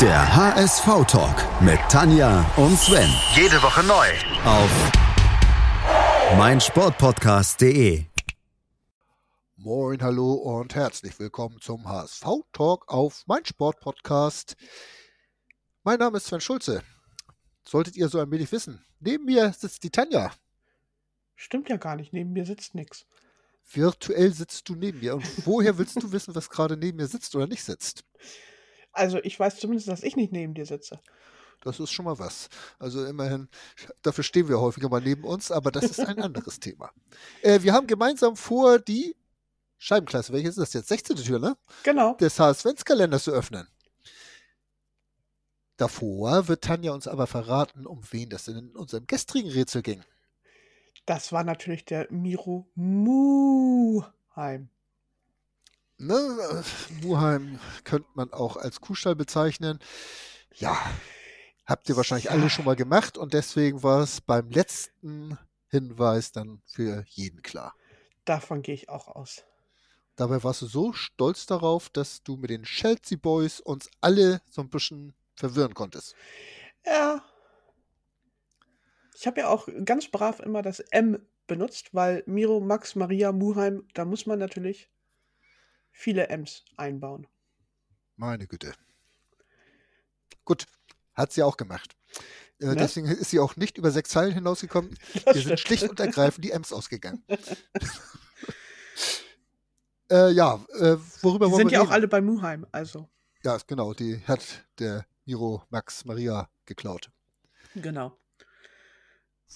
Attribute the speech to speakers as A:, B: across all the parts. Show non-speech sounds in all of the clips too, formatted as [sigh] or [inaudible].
A: Der HSV-Talk mit Tanja und Sven.
B: Jede Woche neu.
A: Auf meinsportpodcast.de.
C: Moin, hallo und herzlich willkommen zum HSV-Talk auf mein Sportpodcast. Mein Name ist Sven Schulze. Solltet ihr so ein wenig wissen. Neben mir sitzt die Tanja.
D: Stimmt ja gar nicht, neben mir sitzt nichts.
C: Virtuell sitzt du neben mir. Und woher willst du wissen, was gerade neben mir sitzt oder nicht sitzt?
D: Also ich weiß zumindest, dass ich nicht neben dir sitze.
C: Das ist schon mal was. Also immerhin, dafür stehen wir häufiger mal neben uns, aber das ist ein anderes Thema. Äh, wir haben gemeinsam vor, die Scheibenklasse, welche ist das jetzt? 16. Tür, ne?
D: Genau.
C: Des HSV-Kalenders zu öffnen. Davor wird Tanja uns aber verraten, um wen das denn in unserem gestrigen Rätsel ging.
D: Das war natürlich der Miro Muheim.
C: Ne? äh, Muheim könnte man auch als Kuhstall bezeichnen. Ja, habt ihr wahrscheinlich alle schon mal gemacht und deswegen war es beim letzten Hinweis dann für jeden klar.
D: Davon gehe ich auch aus.
C: Dabei warst du so stolz darauf, dass du mit den Chelsea Boys uns alle so ein bisschen verwirren konntest.
D: Ja. Ich habe ja auch ganz brav immer das M benutzt, weil Miro, Max, Maria, Muheim, da muss man natürlich viele Ms einbauen.
C: Meine Güte. Gut, hat sie auch gemacht. Äh,
D: Ne?
C: Deswegen ist sie auch nicht über sechs Zeilen
D: [laughs]
C: hinausgekommen.
D: Das
C: Wir sind
D: stimmt.
C: schlicht und ergreifend die M's
D: [laughs]
C: ausgegangen. äh, ja, äh, worüber
D: Die
C: wollen
D: sind
C: wir
D: ja auch
C: reden?
D: alle bei Muheim, also.
C: Ja, ist genau, die hat der Miro Max Maria geklaut.
D: Genau.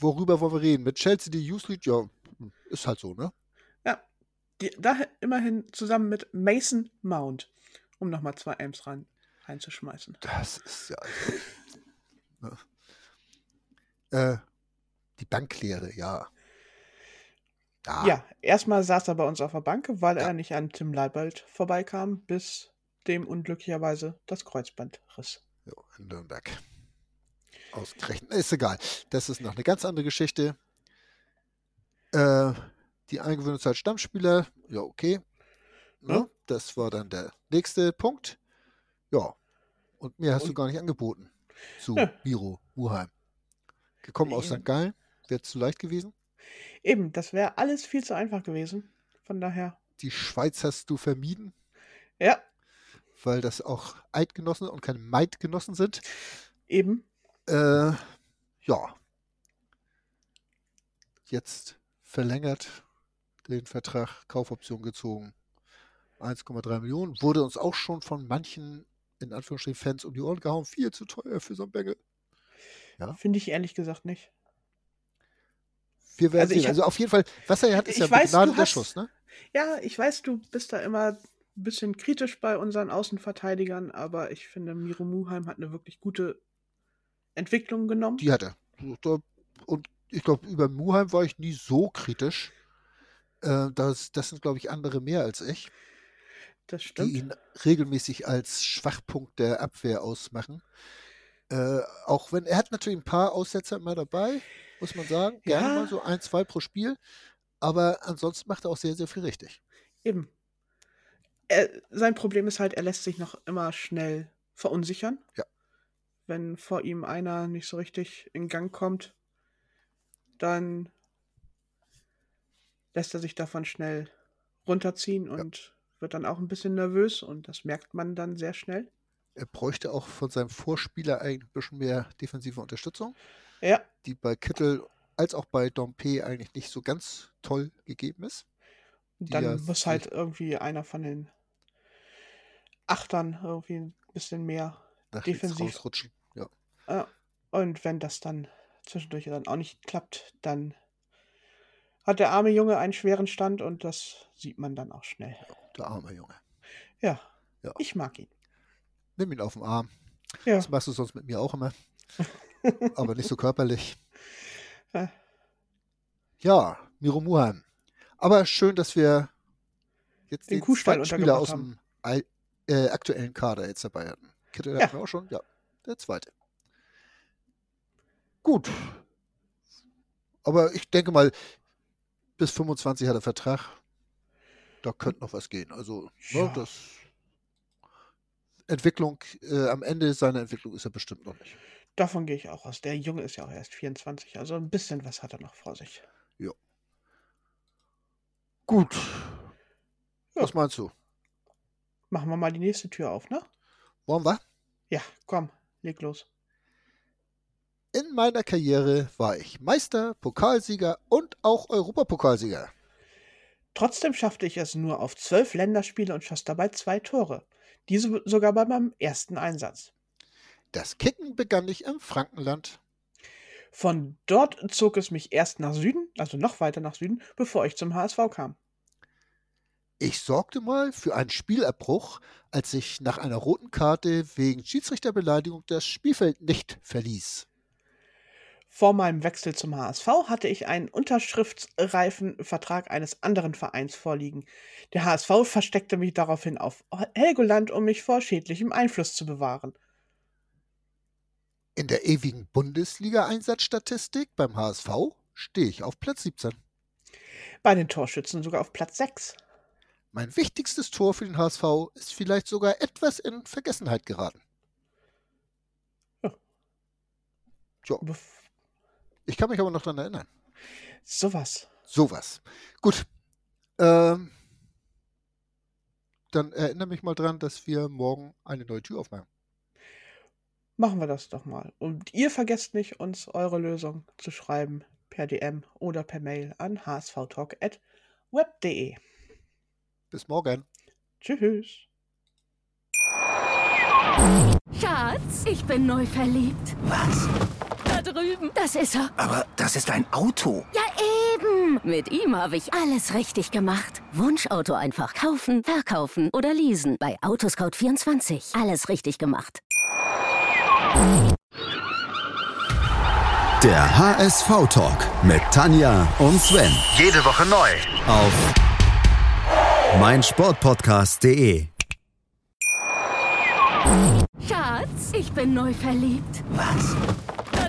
C: Worüber wollen wir reden? Mit Chelsea die Youth League? Ja, ist halt so, ne?
D: Ja. Die, da immerhin zusammen mit Mason Mount, um nochmal zwei Ms rein, reinzuschmeißen.
C: Das ist ja. Also, [laughs] ne? äh, die Banklehre, ja. Ja,
D: Ja, erstmal saß er bei uns auf der Bank, weil er nicht an Tim Leibold vorbeikam, bis dem unglücklicherweise das Kreuzband riss.
C: Jo, in Nürnberg. Ausgerechnet. Ist egal. Das ist noch eine ganz andere Geschichte. Äh, die Eingewöhnung als Stammspieler, ja, okay. Ne?
D: Ja.
C: Das war dann der nächste Punkt. Ja. Und mehr hast du
D: Und-
C: gar nicht angeboten. Zu
D: Nö.
C: Biro, Muheim. Gekommen aus
D: Eben.
C: St. Gallen. Wäre zu leicht gewesen.
D: Eben, das wäre alles viel zu einfach gewesen. Von daher,
C: Die Schweiz hast du vermieden,
D: ja,
C: weil das auch Eidgenossen und keine Meidgenossen sind.
D: eben.
C: Äh, ja. Jetzt verlängert den Vertrag, Kaufoption gezogen. 1,3 Millionen. Wurde uns auch schon von manchen, in Anführungsstrichen, Fans um die Ohren gehauen. Viel zu teuer für so ein Bengel. Ja.
D: Finde ich ehrlich gesagt nicht.
C: Wir werden
D: Also ich
C: sehen.
D: hab-
C: Also auf jeden Fall, was er hat, ist
D: Ich
C: ja ein
D: weiß, du
C: begnadeter
D: hast-
C: Schuss, ne?
D: Ja, ich weiß, du bist da immer ein bisschen kritisch bei unseren Außenverteidigern, aber ich finde, Miro Muheim hat eine wirklich gute Entwicklung genommen.
C: Die hat er. Da- Und ich glaube, über Muheim war ich nie so kritisch. Äh, das, das sind, glaube ich, andere mehr als ich,
D: das
C: die
D: stimmt.
C: ihn regelmäßig als Schwachpunkt der Abwehr ausmachen. Äh, auch wenn er hat natürlich ein paar Aussetzer immer dabei, muss man sagen. Gerne
D: Ja.
C: mal so ein, zwei pro Spiel. Aber ansonsten macht er auch sehr, sehr viel richtig.
D: Eben. Er, sein Problem ist halt, er lässt sich noch immer schnell verunsichern.
C: Ja.
D: Wenn vor ihm einer nicht so richtig in Gang kommt, dann lässt er sich davon schnell runterziehen und wird dann auch ein bisschen nervös und das merkt man dann sehr schnell.
C: Er bräuchte auch von seinem Vorspieler eigentlich ein bisschen mehr defensive Unterstützung,
D: Ja,
C: die bei Kittel als auch bei Dompe eigentlich nicht so ganz toll gegeben ist.
D: und
C: Die
D: dann
C: ja
D: muss halt irgendwie einer von den Achtern irgendwie ein bisschen mehr
C: Nach links
D: Defensiv.
C: rausrutschen. Ja.
D: Ja, und wenn das dann zwischendurch dann auch nicht klappt, dann hat der arme Junge einen schweren Stand und das sieht man dann auch schnell.
C: Der arme Junge.
D: Ja,
C: Ja.
D: ich mag ihn.
C: Nimm ihn auf den Arm.
D: Ja,
C: Das machst du sonst mit mir auch
D: [laughs]
C: immer. Aber nicht so körperlich.
D: Ja.
C: ja, Miro Muheim. Aber schön, dass wir jetzt
D: Den
C: den,
D: Kuhstall
C: zweiten Spieler aus dem
D: untergebracht
C: al- äh, aktuellen Kader jetzt dabei hatten. Kittel hatten
D: Ja.
C: wir auch schon. Ja, der zweite. Gut. Aber ich denke mal, bis 25 hat er Vertrag. Da könnte noch was gehen. Also, ne,
D: Ja.
C: das Entwicklung, äh, am Ende seiner Entwicklung ist er bestimmt noch nicht.
D: Davon gehe ich auch aus. Der Junge ist ja auch erst 24, also ein bisschen was hat er noch vor sich.
C: Gut.
D: Ja.
C: Was meinst du?
D: Machen wir mal die nächste Tür auf, ne?
C: Wollen wir?
D: Ja, komm, leg los.
C: In meiner Karriere war ich Meister, Pokalsieger und auch Europapokalsieger.
D: Trotzdem schaffte ich es nur auf zwölf Länderspiele und schoss dabei zwei Tore. Diese sogar bei meinem ersten Einsatz.
C: Das Kicken begann ich im Frankenland.
D: Von dort zog es mich erst nach Süden, also noch weiter nach Süden, bevor ich zum HSV kam.
C: Ich sorgte mal für einen Spielerbruch, als ich nach einer roten Karte wegen Schiedsrichterbeleidigung das Spielfeld nicht verließ.
D: Vor meinem Wechsel zum HSV hatte ich einen unterschriftsreifen Vertrag eines anderen Vereins vorliegen. Der HSV versteckte mich daraufhin auf Helgoland, um mich vor schädlichem Einfluss zu bewahren.
C: In der ewigen Bundesliga-Einsatzstatistik beim HSV stehe ich auf Platz 17.
D: Bei den Torschützen sogar auf Platz 6.
C: Mein wichtigstes Tor für den HSV ist vielleicht sogar etwas in Vergessenheit geraten.
D: Bef
C: Ich kann mich aber noch daran erinnern.
D: sowas.
C: Sowas. Gut. Ähm, dann erinnere mich mal dran, dass wir morgen eine neue Tür aufmachen.
D: Machen wir das doch mal. Und ihr vergesst nicht, uns eure Lösung zu schreiben per DM oder per Mail an hsvtalk.web.de.
C: Bis morgen.
D: e. Tschüss.
B: Schatz, ich bin neu verliebt.
E: Was?
B: Da drüben. Das ist er.
E: Aber das ist ein Auto.
B: Ja, eben. Mit ihm habe ich alles richtig gemacht. Wunschauto einfach kaufen, verkaufen oder leasen. Bei Autoscout24. Alles richtig gemacht.
A: Der HSV-Talk mit Tanja und Sven.
E: Jede Woche neu.
A: Auf meinsportpodcast.de.
B: Schatz, ich bin neu verliebt.
E: Was?
B: Da